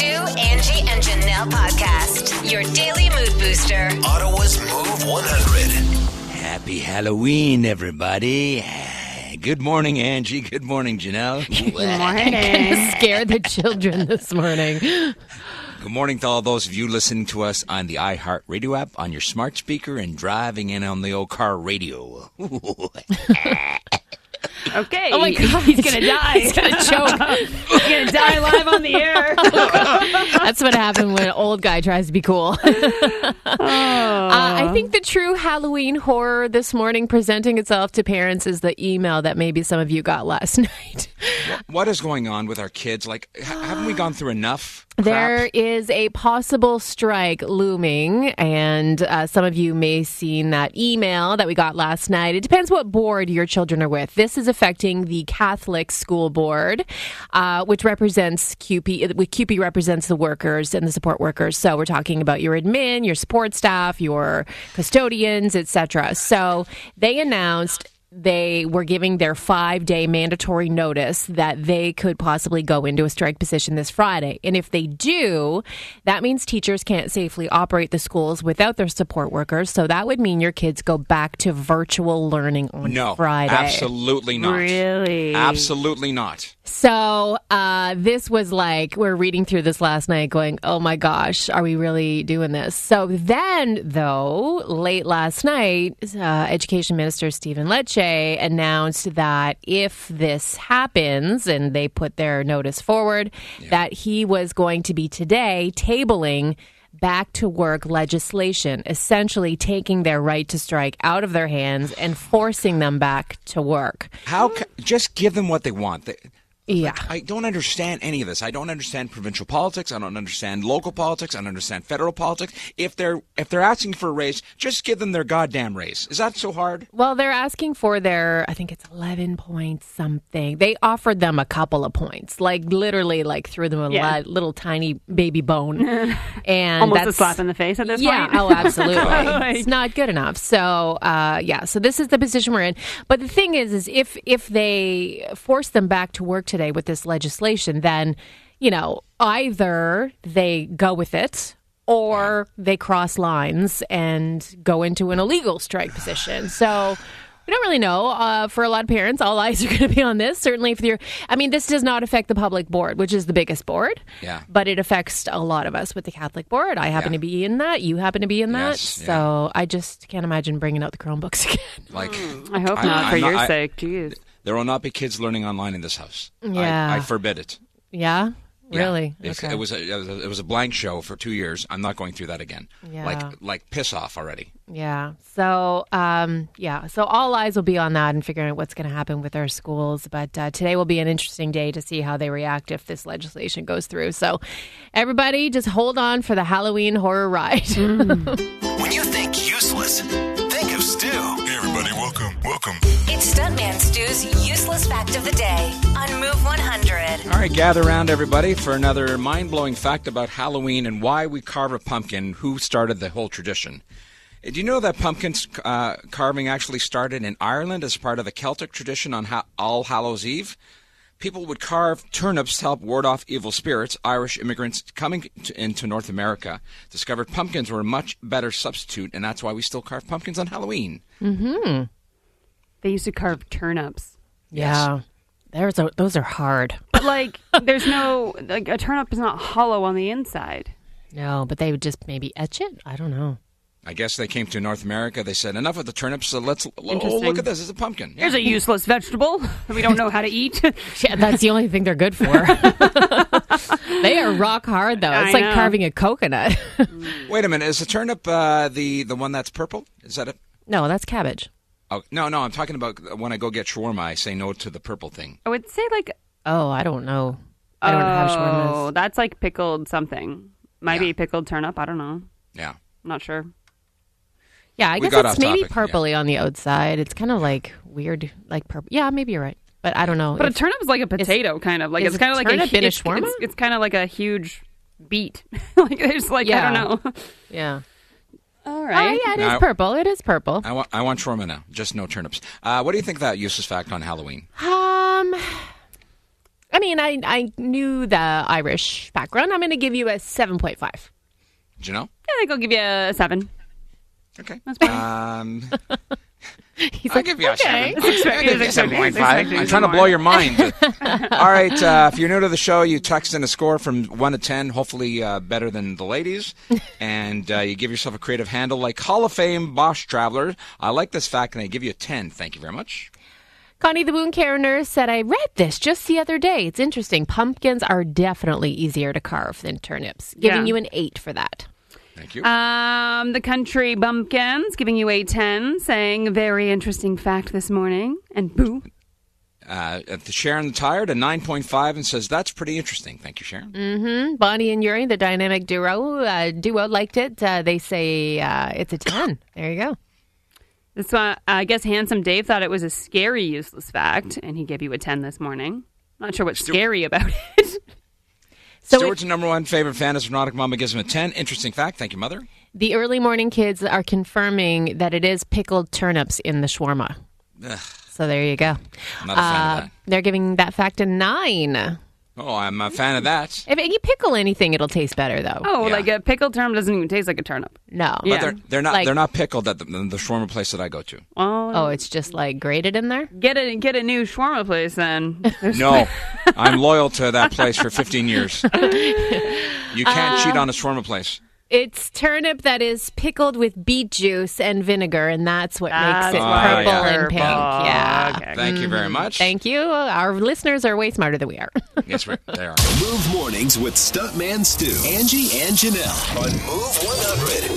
Angie and Janelle podcast, your daily mood booster. Ottawa's Move 100. Happy Halloween, everybody. Good morning, Angie. Good morning, Janelle. Good Morning. Scare the children this morning. morning to all those of you listening to us on the iHeart Radio app, on your smart speaker, and driving in on the old car radio. Okay. Oh my God. He's gonna die. He's gonna choke. He's gonna die live on the air. That's what happened when an old guy tries to be cool. uh, Oh. I think the true Halloween horror this morning presenting itself to parents is the email that maybe some of you got last night. what is going on with our kids? Like, ha- haven't we gone through enough? crap? There is a possible strike looming, and uh, some of you may have seen that email that we got last night. It depends what board your children are with. This is affecting the Catholic School Board, uh, which represents QP. Which QP represents the workers and the support workers. So we're talking about your admin, your support staff, your custodians, etc. So they announced they were giving their five day mandatory notice that they could possibly go into a strike position this Friday. And if they do, that means teachers can't safely operate the schools without their support workers. So that would mean your kids go back to virtual learning on No. Friday. Absolutely not. Really? Absolutely not. So uh, this was like we're reading through this last night, going, "Oh my gosh, are we really doing this?" So then, though, late last night, uh, Education Minister Stephen Lecce announced that if this happens, and they put their notice forward, that he was going to be today tabling back to work legislation, essentially taking their right to strike out of their hands and forcing them back to work. How? Ca- just give them what they want. They- Yeah. I don't understand any of this. I don't understand provincial politics. I don't understand local politics. I don't understand federal politics. If they're if they're asking for a raise, just give them their goddamn raise. Is that so hard? Well, they're asking for their, I think it's 11 points something. They offered them a couple of points, like literally, like threw them a Yeah. li- little tiny baby bone. and Almost that's, a slap in the face at this yeah, point. oh, absolutely. Like- it's not good enough. So, uh, yeah. So this is the position we're in. But the thing is, is if if they force them back to work today with this legislation, then you know either they go with it or they cross lines and go into an illegal strike position. So. We don't really know. Uh, for a lot of parents, all eyes are going to be on this. Certainly, if you're, I mean, this does not affect the public board, which is the biggest board. Yeah. But it affects a lot of us with the Catholic board. I happen Yeah. to be in that. You happen to be in that. Yes, yeah. So I just can't imagine bringing out the Chromebooks again. Like Hmm. I hope I'm- not for I'm your I- sake. Jeez. There will not be kids learning online in this house. I- Yeah. I, forbid it. Yeah? Yeah. Really? It's- okay. It was a, it was a it was a blank show for two years. I'm not going through that again. Yeah. Like like piss off already. yeah. So, um, yeah. So all eyes will be on that and figuring out what's going to happen with our schools. But uh, today will be an interesting day to see how they react if this legislation goes through. So everybody just hold on for the Halloween horror ride. Mm. When you think useless, think of Stu. Hey, everybody, welcome. Welcome. It's Stuntman Stu's useless fact of the day on Move 100. All right, gather around everybody for another mind blowing fact about Halloween and why we carve a pumpkin. Who started the whole tradition? Uh, Do you know that pumpkin uh, carving actually started in Ireland as part of the Celtic tradition on ha- All Hallows Eve? People would carve turnips to help ward off evil spirits. Irish immigrants coming to, into North America discovered pumpkins were a much better substitute, and that's why we still carve pumpkins on Halloween. They used to carve turnips. Yeah. There's a, those are hard. But like there's no like a turnip is not hollow on the inside. No, but they would just maybe etch it. I don't know. I guess they came to North America. They said, "Enough with the turnips. So let's oh, look Interesting. at this. It's a pumpkin." Yeah. Here's a useless vegetable that we don't know how to eat. Yeah, that's the only thing they're good for. they are rock hard though. It's I like know. carving a coconut. Wait a minute. Is the turnip uh, the the one that's purple? Is that it? no, that's cabbage. Oh no, no. I'm talking about when I go get shawarma. I say no to the purple thing. I would say like Oh, I don't know. I don't have oh, shawarmas. that's like pickled something. Might Yeah. be pickled turnip. I don't know. I'm Yeah. not sure. Yeah, I We guess got it's off maybe topic, yeah. purpley on the outside. It's kind of like weird, like purple. Yeah, maybe you're right, but I don't know. But a if- turnip is like a potato, kind of like is it's kind of like turnip a, in a it's, shawarma? It's, it's kind of like a huge beet. like there's like Yeah. I don't know. yeah. All Oh right. yeah, it No, is I- purple. It is purple. I want I want shawarma now. Just no turnips. Uh, what do you think of that useless fact on Halloween? Um, I mean, I, I knew the Irish background. I'm going to give you a 7.5. Janelle? I think I'll give you a seven. Okay. That's fine. Um, He's I'll give you a okay. seven. I'll give you a he's expecting- he's 7.5. expecting I'm trying to some blow more. your mind. All right. Uh, if you're new to the show, you text in a score from 1 to 10, hopefully uh, better than the ladies. And uh, you give yourself a creative handle like Hall of Fame Bosch Traveler. I like this fact, and I give you a 10. Thank you very much. Connie, the wound care nurse, said, I read this just the other day. It's interesting. Pumpkins are definitely easier to carve than turnips, giving Yeah. you an eight for that. Thank you. Um, the country bumpkins giving you a ten, saying very interesting fact this morning. And boo, Uh, at the Sharon Tired, a 9.5, and says, That's pretty interesting. Thank you, Sharon. Bonnie and Yuri, the dynamic duo, uh, duo liked it. Uh, they say uh, it's a 10. There you go. this one I guess handsome Dave thought it was a scary useless fact, and he gave you a ten this morning. Not sure what's scary about it. So Stewart's number one favorite fan is Neurotic Mama gives him a 10. Interesting fact. Thank you, Mother. the early morning kids are confirming that it is pickled turnips in the shawarma. Ugh. So there you go. Uh, I'm not a fan of that. They're giving that fact a nine. If Oh, I'm a fan of that. you pickle anything, it'll taste better, though. Oh, Yeah. like a pickled turnip doesn't even taste like a turnip. No. Yeah. They're, they're not. Like- they're not pickled at the, the shawarma place that I go to. Oh, Oh, it's just like grated in there? get a get a new shawarma place then. There's- No, I'm loyal to that place for 15 years. You can't Uh, cheat on a shawarma place. It's turnip that is pickled with beet juice and vinegar, and that's what That's makes it why it's purple and purple. pink. Yeah. Mm-hmm. Okay. Thank you very much. Thank you. Our listeners are way smarter than we are. Yes, we- they are. Move mornings with Stuntman Stu, Angie, and Janelle on Move 100.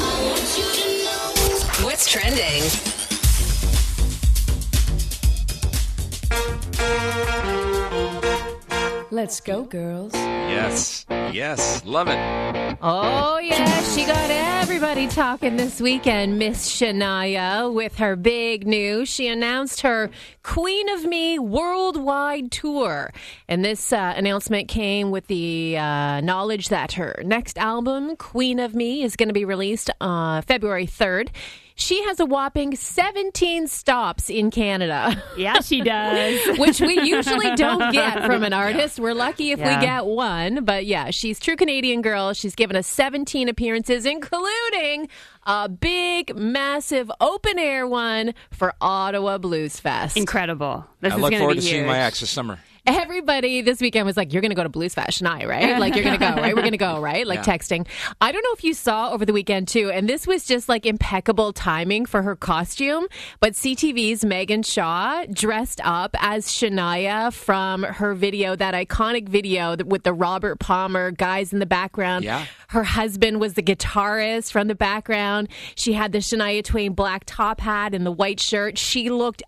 What's trending? Let's go, girls. Yes, yes, love it. oh, yeah. She got everybody talking this weekend, Miss Shania, with her big news. She announced her Queen of Me worldwide tour. And this uh, announcement came with the uh, knowledge that her next album, Queen of Me, is going to be released uh, February 3rd. She has a whopping 17 stops in Canada. Yeah, she does. which we usually don't get from an artist. We're lucky if Yeah. we get one. But yeah, she's true Canadian girl. She's given us 17 appearances, including a big, massive open air one for Ottawa Blues Fest. Incredible. This I is look gonna forward be to seeing huge. my ex this summer. Everybody this weekend was like, "You're going to go to Blues Fest, Shania, right? Like you're going to go, right? We're going to go, right?" Like Yeah. texting. I don't know if you saw over the weekend too, and this was just like impeccable timing for her costume. But CTV's Megan Shaw dressed up as Shania from her video, that iconic video that- with the Robert Palmer guys in the background. Yeah. Her husband was the guitarist from the background. She had the Shania Twain black top hat and the white shirt. She looked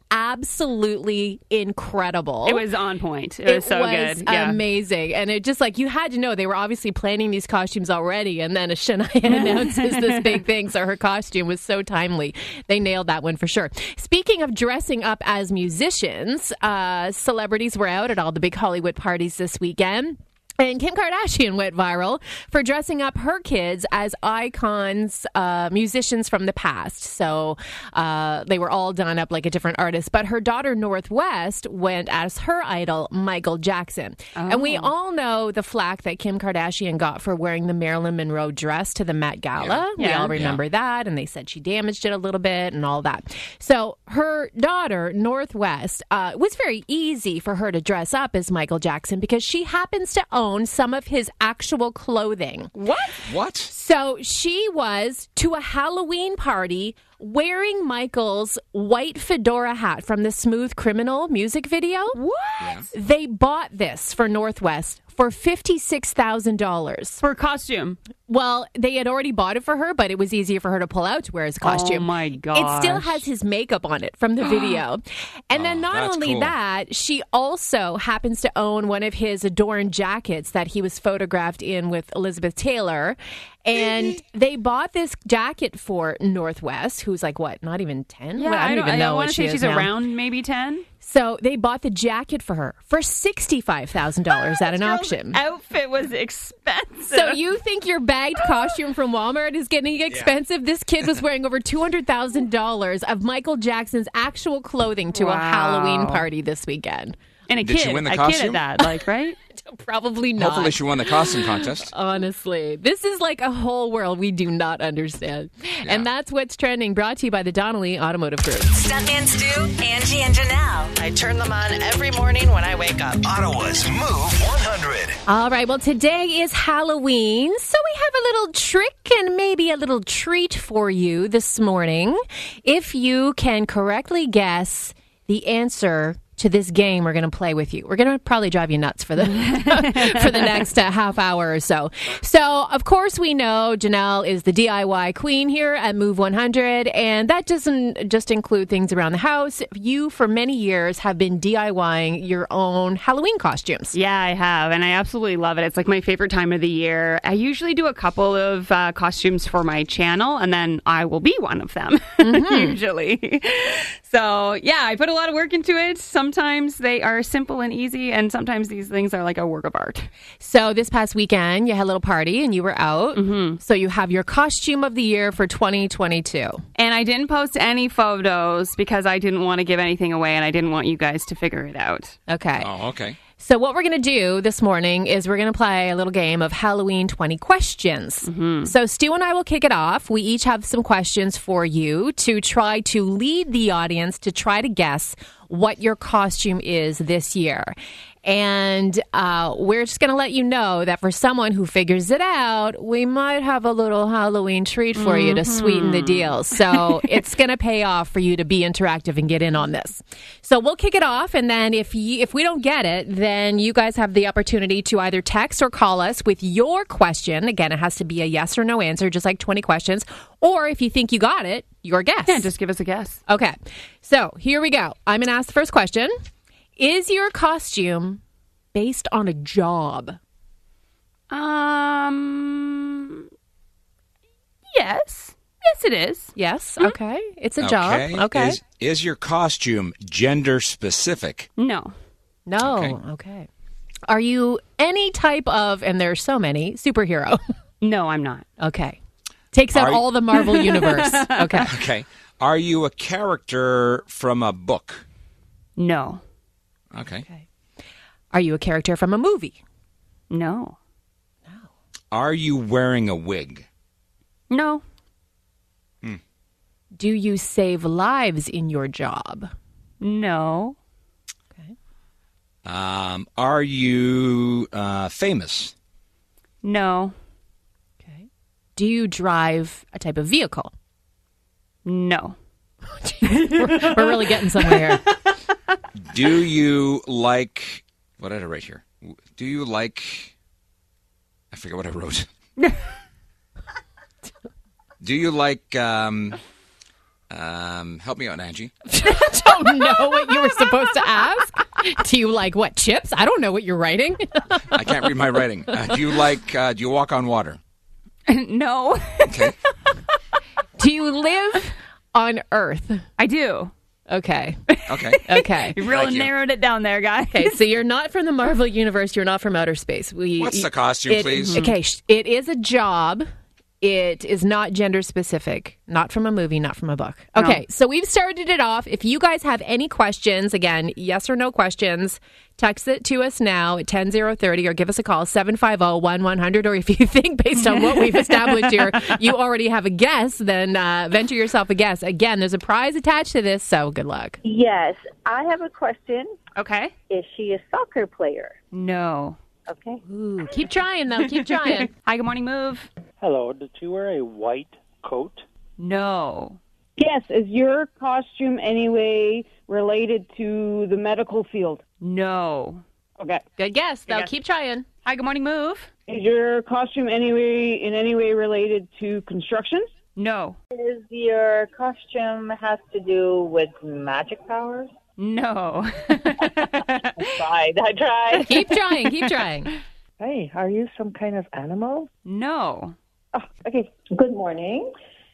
absolutely incredible. It was on point. It, was so was good. Yeah. amazing. And it just like you had to know they were obviously planning these costumes already and then a Shania announces this big thing so her costume was so timely. They nailed that one for sure. Speaking of dressing up as musicians, uh, celebrities were out at all the big Hollywood parties this weekend. And Kim Kardashian went viral for dressing up her kids as icons, uh, musicians from the past. So uh, they were all done up like a different artist. But her daughter, Northwest, went as her idol, Michael Jackson. And we all know the flack that Kim Kardashian got for wearing the Marilyn Monroe dress to the Met Gala. We Yeah. all remember that. And they said she damaged it a little bit and all that. So her daughter, Northwest, uh, it was very easy for her to dress up as Michael Jackson because she happens to own some of his actual clothing. What? What? So she was to a Halloween party wearing Michael's white fedora hat from the Smooth Criminal music video. What? They bought this for Northwest for $56,000. For a costume. Well, they had already bought it for her, but it was easier for her to pull out to wear his costume. Oh my It still gosh. Oh, has his makeup on it from the video. And then not that's only cool. that, she also happens to own one of his adorned jackets that he was photographed in with Elizabeth Taylor. And Mm-hmm. they bought this jacket for Northwest, who's like what, not even ten? Well, I, don't, even know I what want to she say is she's now. around maybe ten. So they bought the jacket for her for sixty five thousand dollars at an auction. Outfit was expensive. So you think your bagged costume from Walmart is getting expensive? This kid was wearing over two hundred thousand dollars of Michael Jackson's actual clothing to a Wow. Halloween party this weekend. And a Did she kid, win the a costume? kid at that, like right? Probably not. Hopefully, she won the costume contest. Honestly, this is like a whole world we do not understand. And that's what's trending, brought to you by the Donnelly Automotive Group. Stuntman Stu, Angie, and Janelle. I turn them on every morning when I wake up. Ottawa's Move 100. All right, well, today is Halloween, so we have a little trick and maybe a little treat for you this morning. If you can correctly guess the answer to this game we're going to play with you, we're going to probably drive you nuts for the for the next uh, half hour or so. So, of course, we know Janelle is the DIY queen here at Move 100, and that doesn't just include things around the house. You, for many years, have been DIYing your own Halloween costumes. Yeah, I have, and I absolutely love it. It's like my favorite time of the year. I usually do a couple of uh, costumes for my channel, and then I will be one of them Mm-hmm. usually. So yeah, I put a lot of work into it. Sometimes they are simple and easy, and sometimes these things are like a work of art. So this past weekend, you had a little party and you were out. So you have your costume of the year for 2022. And I didn't post any photos because I didn't want to give anything away, and I didn't want you guys to figure it out. Okay. Oh, okay. So what we're going to do this morning is we're going to play a little game of Halloween 20 questions. So Stu and I will kick it off. We each have some questions for you to try to lead the audience to try to guess what your costume is this year. And uh, we're just going to let you know that for someone who figures it out, we might have a little Halloween treat for you to sweeten Mm-hmm. the deal. So it's going to pay off for you to be interactive and get in on this. So we'll kick it off, and then if you, if we don't get it, then you guys have the opportunity to either text or call us with your question. Again, it has to be a yes or no answer, just like twenty questions. Or if you think you got it, your guess. Yeah, just give us a guess. Okay, so here we go. I'm going to ask the first question Is your costume based on a job? Um. Yes. Yes, it is. Yes. Okay. It's a job. Okay. Is, is your costume gender specific? No. no. Okay. Are you any type of, and there's so many, superhero? No, I'm not. okay. Takes out Are you- all the Marvel universe. Okay. Okay. Are you a character from a book? No. Okay. Are you a character from a movie? No. Are you wearing a wig? No. Do you save lives in your job? No. Um, are you uh, famous? No. Okay. Do you drive a type of vehicle? No. We're really getting somewhere here. Do you like what did I write here? Do you like? I forget what I wrote. Do you like? Um, um, help me out, Angie. I don't know what you were supposed to ask. Do you like what chips? I don't know what you're writing. I can't read my writing. Uh, do you like? Uh, do you walk on water? no. Okay. Do you live on Earth? I do. Okay. Okay. Okay. You really Thank you. narrowed it down there, guys. Okay, so you're not from the Marvel universe. You're not from outer space. We, What's the costume, it- please? Okay, sh- it is a job. It is not gender specific. Not from a movie. Not from a book. Okay, so we've started it off. If you guys have any questions, again, yes or no questions, text it to us now at ten zero thirty, or give us a call 750-1100. Or if you think based on what we've established here, you already have a guess, then uh, venture yourself a guess. Again, there's a prize attached to this, so good luck. Yes, I have a question. Okay. Is she a soccer player? No. Okay. Ooh, keep trying though. Keep trying. Hi, good morning, move. Hello, did you wear a white coat? No. Yes, is your costume anyway related to the medical field? No. Okay. Good guess though. Keep trying. Hi, good morning, move. Is your costume anyway in any way related to construction? No. Is your costume has to do with magic powers? No. Tried. I tried. Keep trying. Keep trying. Hey, are you some kind of animal? no. Oh, okay. Good morning.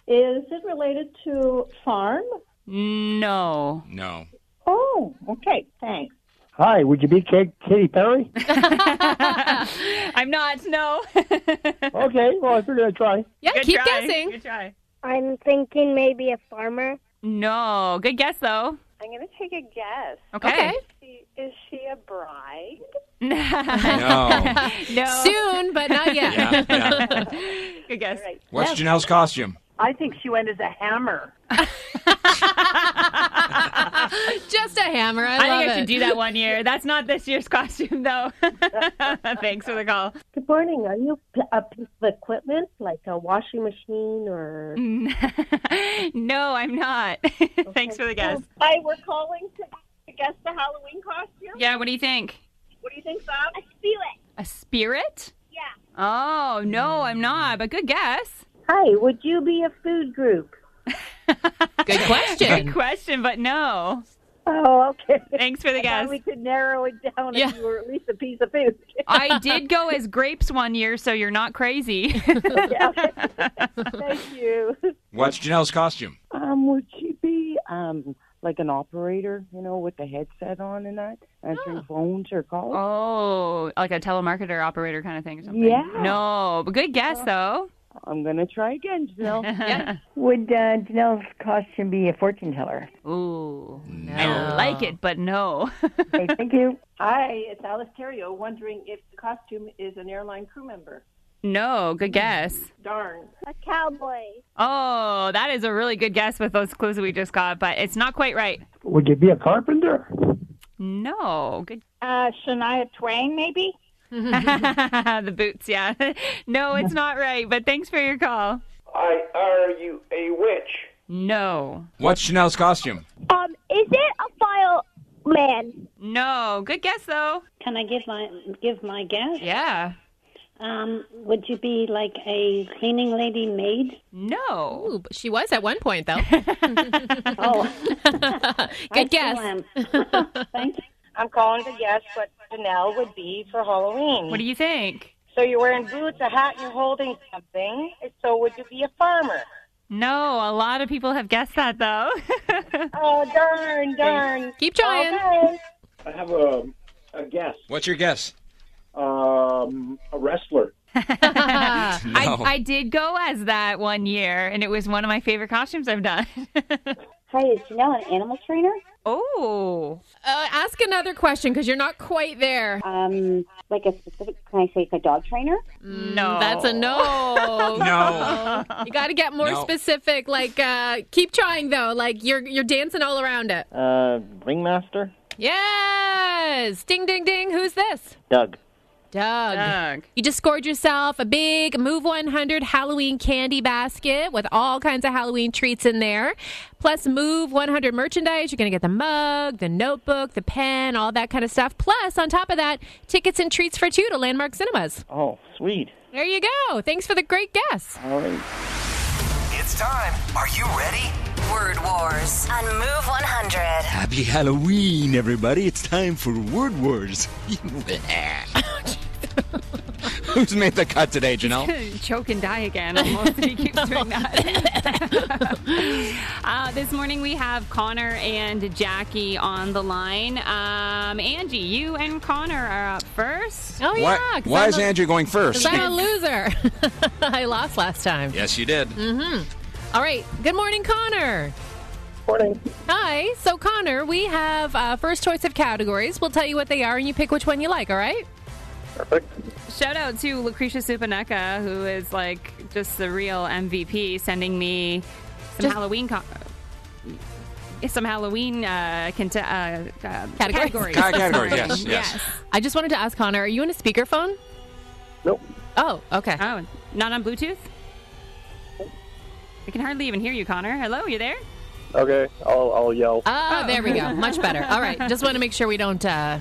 Is it related to farm? No. No. Oh, okay. Thanks. Hi, would you be K- Katy Perry? I'm not. No. okay, well, I figured I'd try. Yeah, keep try. guessing. Good try. I'm thinking maybe a farmer. No. Good guess, though. I'm going to take a guess. Okay. Is she, is she a bride? No. no. Soon, but not yet. Yeah, yeah. Good guess. What's Janelle's costume? I think she went as a hammer. Just a hammer. I, I, love think I should it. do that one year. That's not this year's costume, though. Thanks for the call. Good morning. Are you p- a piece of equipment like a washing machine or? No, I'm not. Thanks for the guess. I were calling to, to guess the Halloween costume. Yeah, what do you think? What do you think, Bob? I feel it. A spirit? Yeah. Oh, no, I'm not, but good guess. Hi, would you be a food group? Good question. Good question, but no. Oh, okay. Thanks for the guess. We could narrow it down Yeah. if you were at least a piece of food. I did go as grapes one year, so you're not crazy. Thank you. What's Janelle's costume? Um, would she be um like an operator, you know, with the headset on and that, Oh. answering phones or calls? oh, like a telemarketer operator kind of thing or something. Yeah. No, but good guess, though. I'm gonna try again, Janelle. Would uh, Janelle's costume be a fortune teller? Ooh. I like it, but no. Okay, thank you. Hi, it's Alice Terrio. Wondering if the costume is an airline crew member. no, good guess. Darn. A cowboy. Oh, that is a really good guess with those clues that we just got, but it's not quite right. Would you be a carpenter? No, good. Uh, Shania Twain, maybe? the boots, yeah. no, it's not right, but thanks for your call. I are you a witch? No. What's Janelle's costume? Um, is it a file man? No, good guess though. Can I give my give my guess? Yeah. Um, would you be like a cleaning lady maid? No. Ooh, but she was at one point, though. Oh, Good guess. Thank you. I'm calling to guess what Janelle would be for Halloween. What do you think? so you're wearing boots, a hat, and you're holding something. So would you be a farmer? No, a lot of people have guessed that though. Oh, darn, darn. Keep trying. I have a, a guess. What's your guess? Um, a wrestler. I, I did go as that one year, and it was one of my favorite costumes I've done. Hi, is Janelle an animal trainer? oh, Uh, ask another question because you're not quite there. Oh. Um, like a specific? Can I say like a dog trainer? no. That's a no. No. You got to get more No. specific. Like, uh, keep trying though. Like, you're you're dancing all around it. Uh, ringmaster? Yes. Ding, ding, ding. Who's this? Doug. Doug. Doug. You just scored yourself a big Move 100 Halloween candy basket with all kinds of Halloween treats in there. Plus, Move 100 merchandise. You're going to get the mug, the notebook, the pen, all that kind of stuff. Plus, on top of that, tickets and treats for two to Landmark Cinemas. Oh, sweet. There you go. Thanks for the great guess. All right. It's time. Are you ready? Word Wars on Move 100. Happy Halloween, everybody. It's time for Word Wars. Who's made the cut today, Janelle? choke and die again almost if he keeps doing that. uh, this morning we have Connor and Jackie on the line. Um, Angie, you and Connor are up first. Oh, why yeah. 'cause why I'm is a- Andrew going first? Because I'm a loser. I lost last time. yes, you did. All right. Good morning, Connor. Morning. Hi. So, Connor, we have uh, first choice of categories. We'll tell you what they are, and you pick which one you like. All right. Perfect. Shout out to Lucretia Supaneka, who is like just the real MVP, sending me some Just- Halloween. Co- some Halloween uh, cont- uh, uh, Categories. categories. Ca- categories, Sorry. yes, yes. I just wanted to ask Connor, are you on a speakerphone? Nope. Oh, okay. Oh, not on Bluetooth? I can hardly even hear you, Connor. Hello, you there? Okay, I'll, I'll yell. Oh, there we go. Much better. All right. Just want to make sure we don't uh,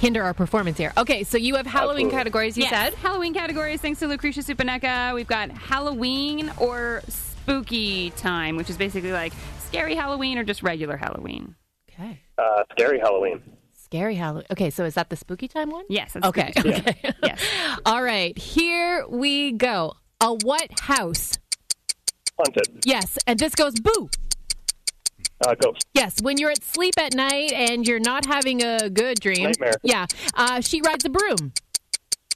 hinder our performance here. Okay. So you have Halloween Absolutely. categories. You Yes, said. Halloween categories, thanks to Lucretia Supaneka. We've got Halloween or spooky time, which is basically like scary Halloween or just regular Halloween. Okay. Uh, scary Halloween. Scary Halloween. Okay. So is that the spooky time one? Yes. That's Okay. spooky time. Okay. Yes. All right. Here we go. A what house? Haunted. Yes. And this goes boo. Uh, ghost. Yes, when you're at sleep at night and you're not having a good dream. Nightmare. Yeah. Uh, she rides a broom.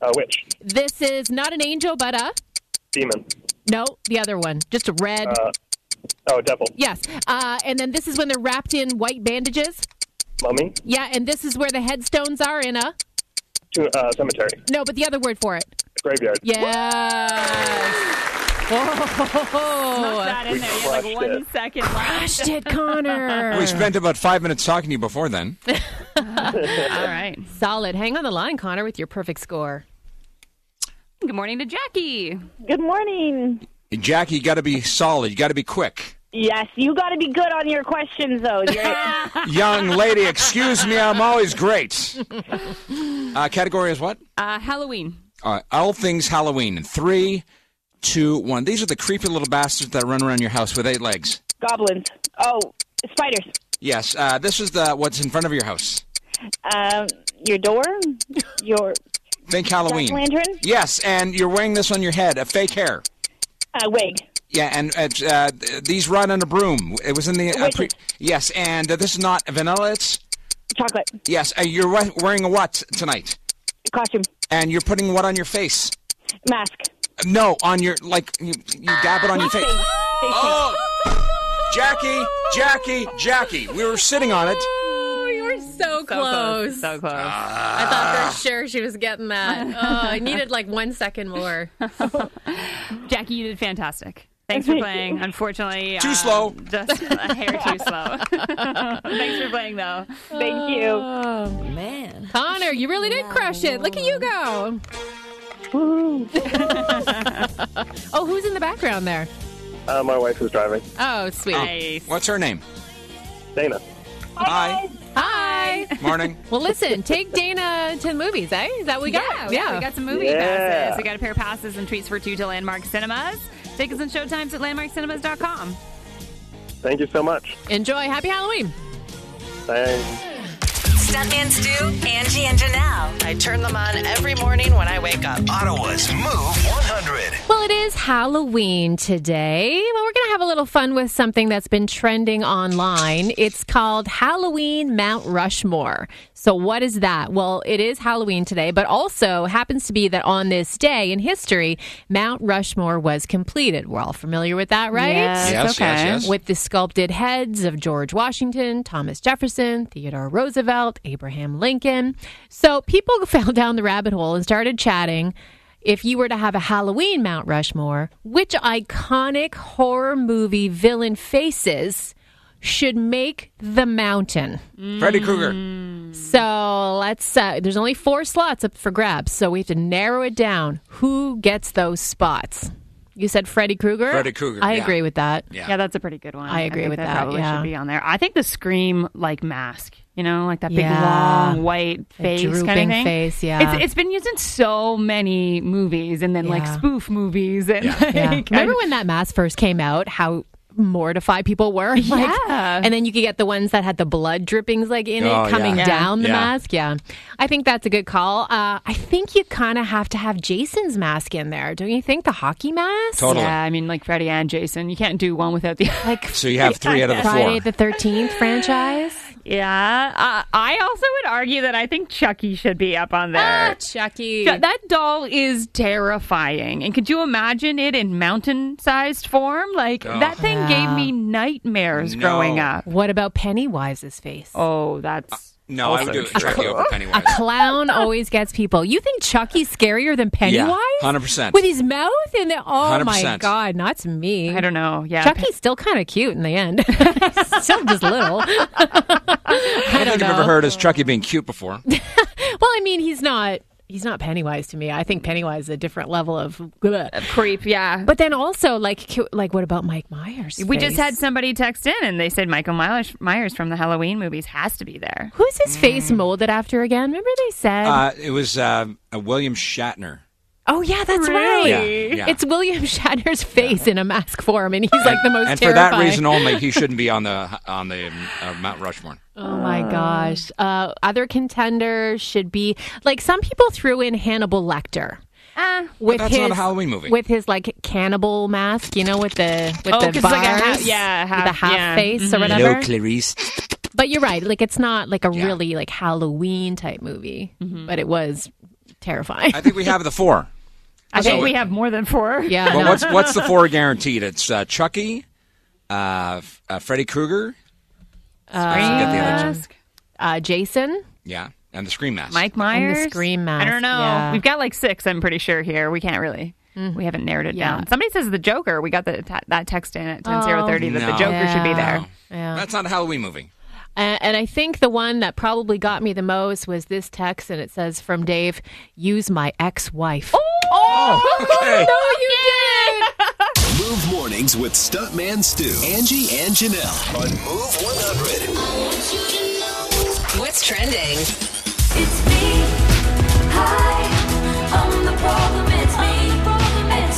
Uh, witch. This is not an angel, but a. Demon. No, the other one. Just a red. Uh, Oh, devil. Yes. Uh, and then this is when they're wrapped in white bandages. Mummy. Yeah, and this is where the headstones are in a. To, uh, cemetery. No, but the other word for it. Graveyard. Yes. Snuck that in We there. You had crushed like one second it. left. Crushed it, Connor. We spent about five minutes talking to you before then. All right. Solid. Hang on the line, Connor, with your perfect score. Good morning to Jackie. Good morning. Jackie, you got to be solid. You got to be quick. Yes, you got to be good on your questions, though. You're- Young lady, excuse me, I'm always great. Uh, category is what? Uh, Halloween. All, right, all things Halloween. In Three, two, one. These are the creepy little bastards that run around your house with eight legs. Goblins. Oh, spiders. Yes, uh, this is the what's in front of your house. Um, your door. Your Think Halloween. Jack-o'-lantern? Yes, and you're wearing this on your head, a fake hair. uh, wig. Yeah, and it's, uh, th- these run on a broom. It was in the uh, pre- Witches. yes, and uh, this is not vanilla. It's chocolate. Yes, uh, you're we- wearing a what tonight? Costume. And you're putting what on your face? Mask. No, on your like you, you dab it on your face. Oh, Jackie, Jackie, Jackie. We were sitting on it. Oh, you were so, close. So close. I thought for sure she was getting that. Oh, I needed like one second more. Jackie, you did fantastic. Thanks for playing. Unfortunately, Too um, slow. Just a hair too slow. Thanks for playing, though. Thank you. Oh, man. Connor, you really did crush it. Look at you go. oh, who's in the background there? Uh, my wife is driving. Oh, sweet. What's her name? Dana. Hi. Hi. Morning. Well, listen, take Dana to the movies, eh? Is that what we yeah, got? yeah, we got some movie Yeah. passes. We got a pair of passes and treats for two to Landmark Cinemas. Tickets and showtimes at landmarkcinemas.com. Thank you so much. Enjoy. Happy Halloween. Thanks. Stuntman Stu, Angie, and Janelle. I turn them on every morning when I wake up. Ottawa's Move 100. Well, it is Halloween today. Well, we're going to have a little fun with something that's been trending online. It's called Halloween Mount Rushmore. So, what is that? Well, it is Halloween today, but also happens to be that on this day in history, Mount Rushmore was completed. We're all familiar with that, right? Yes, Yes, okay. yes, yes. With the sculpted heads of George Washington, Thomas Jefferson, Theodore Roosevelt, Abraham Lincoln. So, people fell down the rabbit hole and started chatting if you were to have a Halloween Mount Rushmore, which iconic horror movie villain faces should make the mountain? Freddy Krueger. So let's. Uh, there's only four slots up for grabs, so we have to narrow it down. Who gets those spots? You said Freddy Krueger. Freddy Krueger, I yeah. agree with that. Yeah. Yeah, that's a pretty good one. I agree think with that. that, Probably yeah. should be on there. I think the scream like mask. You know, like that big Yeah. long white face, kind of drooping thing. face, yeah. it's, it's been used in so many movies, and then like Yeah. spoof movies, and like, Yeah. I- Remember when that mask first came out? How mortified people were. Like, uh, Yeah. And then you could get the ones that had the blood drippings like in Oh, it coming yeah. Yeah. down the Yeah. mask. Yeah. I think that's a good call. Uh, I think you kind of have to have Jason's mask in there, don't you think? The hockey mask. Totally. Yeah, I mean, like Freddy and Jason, you can't do one without the other. Like So you have three out of the four. Friday the Thirteenth franchise. Yeah, uh, I also would argue that I think Chucky should be up on there. Chucky. Th- Ah, That doll is terrifying. And could you imagine it in mountain sized form? Like, that thing gave me nightmares No. growing up. What about Pennywise's face? Oh, that's. No, I would do Chucky over Pennywise. Clown always gets people. You think Chucky's scarier than Pennywise? 100%. With his mouth and the oh my 100%. god, not me. I don't know. Yeah. Chucky's still kind of cute in the end. still just little. well, I don't, think I've ever heard of Chucky being cute before. I mean, he's not. He's not Pennywise to me. I think Pennywise is a different level of. But Creep, yeah. then also, like, cu- like what about Mike Myers? we face? just had somebody text in and they said Michael Myers, Myers from the Halloween movies has to be there. Who's his face molded after again? Remember they said. Mm. Uh, it was uh, a William Shatner. oh yeah, that's right. Yeah, yeah. It's William Shatner's face in a mask form, and he's like the most. and for that terrifying. reason only, he shouldn't be on the on the uh, Mount Rushmore. Oh my gosh. Um, Uh, other contenders should be like some people threw in Hannibal Lecter. Ah. With that's his, not a Halloween movie. With his like cannibal mask, you know, with the with Oh, the 'cause it's bars, like a half- yeah, half- with the half yeah. face or Mhm. whatever. Clarice. But you're right, like it's not like a Yeah. really like Halloween type movie, Mm-hmm. but it was terrifying. I think we have the four. I So- think we have more than four. yeah, Well, no. what's what's the four guaranteed? It's uh, Chucky, Uh, f- uh, Freddy Krueger. Uh, Scream Get the other uh, Jason. Yeah, and the Scream Mask. Mike And the Myers. Scream I Mask, don't know. yeah. Mm. We've got like six. I'm pretty sure here. We can't really. We haven't narrowed it Yeah. down. Somebody says the Joker. We got the, that text in at ten zero Oh. thirty that No. the Joker should be there. No. That's not a Halloween movie. And, and I think the one that probably got me the most was this text, and it says from Dave, use my ex wife. Oh, okay. no, you did. Move mornings with Stuntman Stu, Angie, and Janelle on Move 100. What's trending? It's me. Hi. I'm the problem. It's me. And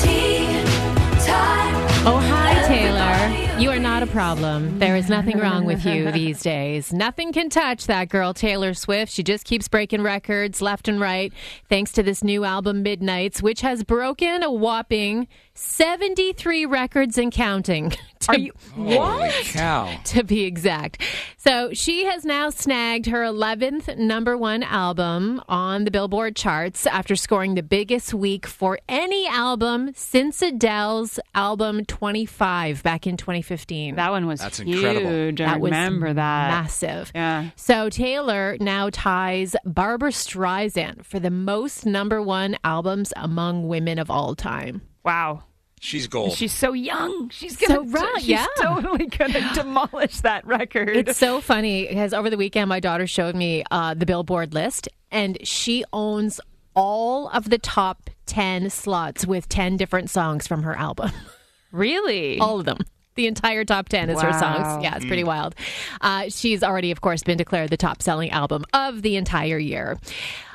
tea time. Oh, hi, Taylor. You are not a problem. There is nothing wrong with you these days. Nothing can touch that girl, Taylor Swift. She just keeps breaking records left and right thanks to this new album, Midnights, which has broken a whopping 73 records and counting. Are you, Holy cow. to be exact. So she has now snagged her 11th number one album on the Billboard charts after scoring the biggest week for any album since Adele's album 25 back in 2015. That one was That's incredible. huge. I remember that. Massive. Yeah. So Taylor now ties Barbara Streisand for the most number one albums among women of all time. Wow. She's gold. She's so young. She's So gonna. right, she's yeah. totally gonna demolish that record. It's so funny because over the weekend, my daughter showed me uh, the Billboard list, and she owns all of the top 10 slots with 10 different songs from her album. Really? All of them. The entire top 10 is her Wow. songs. Yeah, it's pretty Mm. wild. Uh, she's already, of course, been declared the top selling album of the entire year.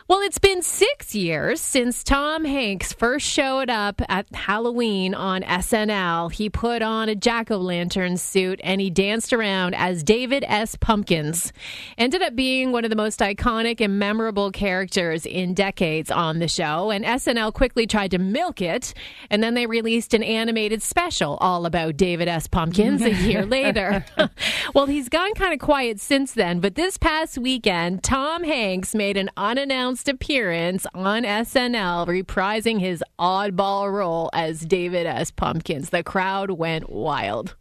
Well, it's been six years since Tom Hanks first showed up at Halloween on SNL. He put on a jack o' lantern suit and he danced around as David S. Pumpkins. Ended up being one of the most iconic and memorable characters in decades on the show. And SNL quickly tried to milk it. And then they released an animated special all about David S. Pumpkins a year later. well, he's gone kind of quiet since then, but this past weekend, Tom Hanks made an unannounced appearance on SNL, reprising his oddball role as David S. Pumpkins. The crowd went wild.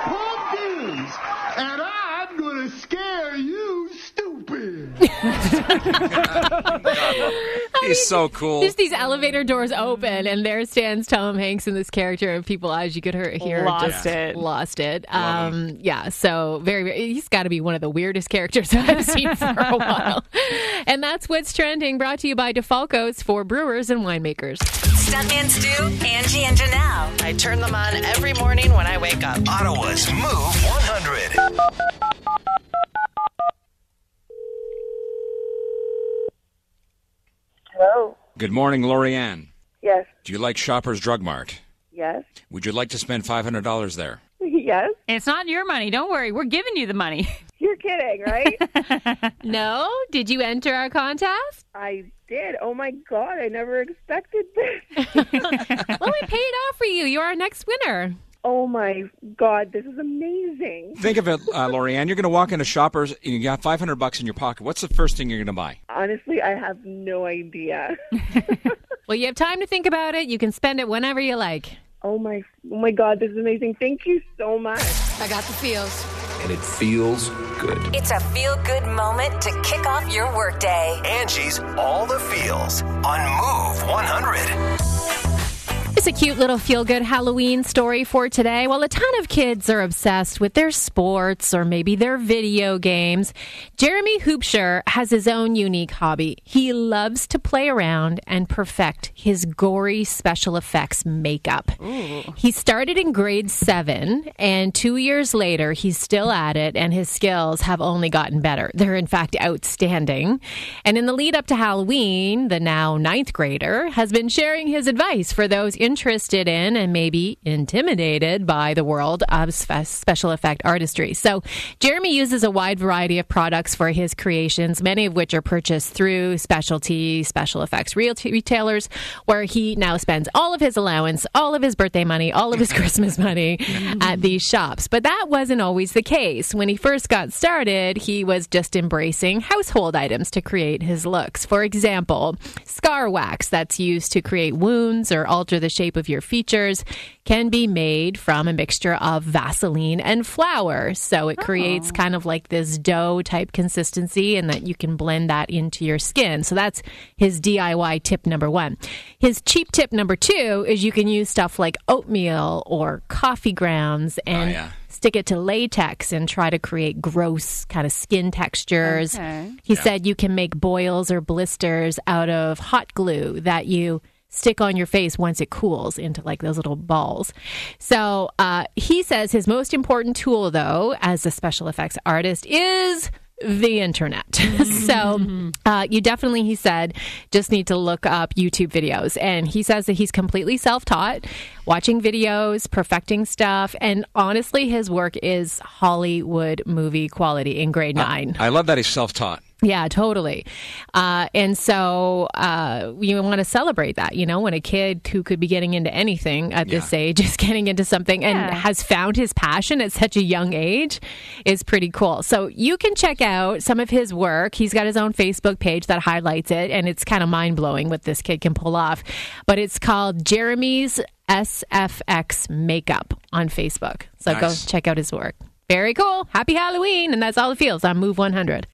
Pumpkins, and I'm gonna scare you stupid. He's so cool. Just these elevator doors open, and there stands Tom Hanks in this character, and people, as you could hear, hear Lost just it. lost it. Um, yeah, so very, very he's got to be one of the weirdest characters I've seen for a while. And that's what's trending. Brought to you by Defalco's for brewers and winemakers. Stuntman Stu, Angie, and Janelle. I turn them on every morning when I wake up. Ottawa's Move 100. Hello. Good morning, Lorianne. Yes. Do you like Shoppers Drug Mart? Yes. Would you like to spend $500 there? Yes. It's not your money. Don't worry. We're giving you the money. You're kidding, right? No? Did you enter our contest? I did. Oh my god, I never expected this. well, we paid off for you. You're our next winner. Oh my god, this is amazing. Think of it, uh, Lorianne. You're going to walk into Shoppers and you got 500 bucks in your pocket. What's the first thing you're going to buy? Honestly, I have no idea. Well, you have time to think about it. You can spend it whenever you like. Oh my oh my god, this is amazing. Thank you so much. I got the feels. and it feels good. It's a feel good moment to kick off your workday. Angie's All the Feels on Move 100. It's a cute little feel good Halloween story for today. While a ton of kids are obsessed with their sports or maybe their video games, Jeremy Hoopshire has his own unique hobby. He loves to play around and perfect his gory special effects makeup. He started in grade seven, and two years later, he's still at it, and his skills have only gotten better. They're, in fact, outstanding. And in the lead up to Halloween, the now ninth grader has been sharing his advice for those interested interested in and maybe intimidated by the world of spe- special effect artistry. So, Jeremy uses a wide variety of products for his creations, many of which are purchased through specialty special effects real- retailers, where he now spends all of his allowance, all of his birthday money, all of his Christmas money at these shops. But that wasn't always the case. When he first got started, he was just embracing household items to create his looks. For example, scar wax that's used to create wounds or alter the shape of your features can be made from a mixture of Vaseline and flour. So it creates kind of like this dough type consistency and that you can blend that into your skin. So that's his DIY tip number one. His cheap tip number two is you can use stuff like oatmeal or coffee grounds and yeah. stick it to latex and try to create gross kind of skin textures. Okay. He Yeah. said you can make boils or blisters out of hot glue that you stick on your face once it cools into like those little balls. So uh, he says his most important tool, though, as a special effects artist, is the internet. so uh, you definitely, he said, just need to look up YouTube videos. And he says that he's completely self taught, watching videos, perfecting stuff. And honestly, his work is Hollywood movie quality in grade nine. I love that he's self-taught. Yeah, totally. Uh, and so uh, you want to celebrate that, you know, when a kid who could be getting into anything at this Yeah. age is getting into something and Yeah. has found his passion at such a young age is pretty cool. So you can check out some of his work. He's got his own Facebook page that highlights it, and it's kind of mind blowing what this kid can pull off. But it's called Jeremy's SFX Makeup on Facebook. So go Nice. check out his work. Very cool. Happy Halloween. And that's all it feels on Move 100.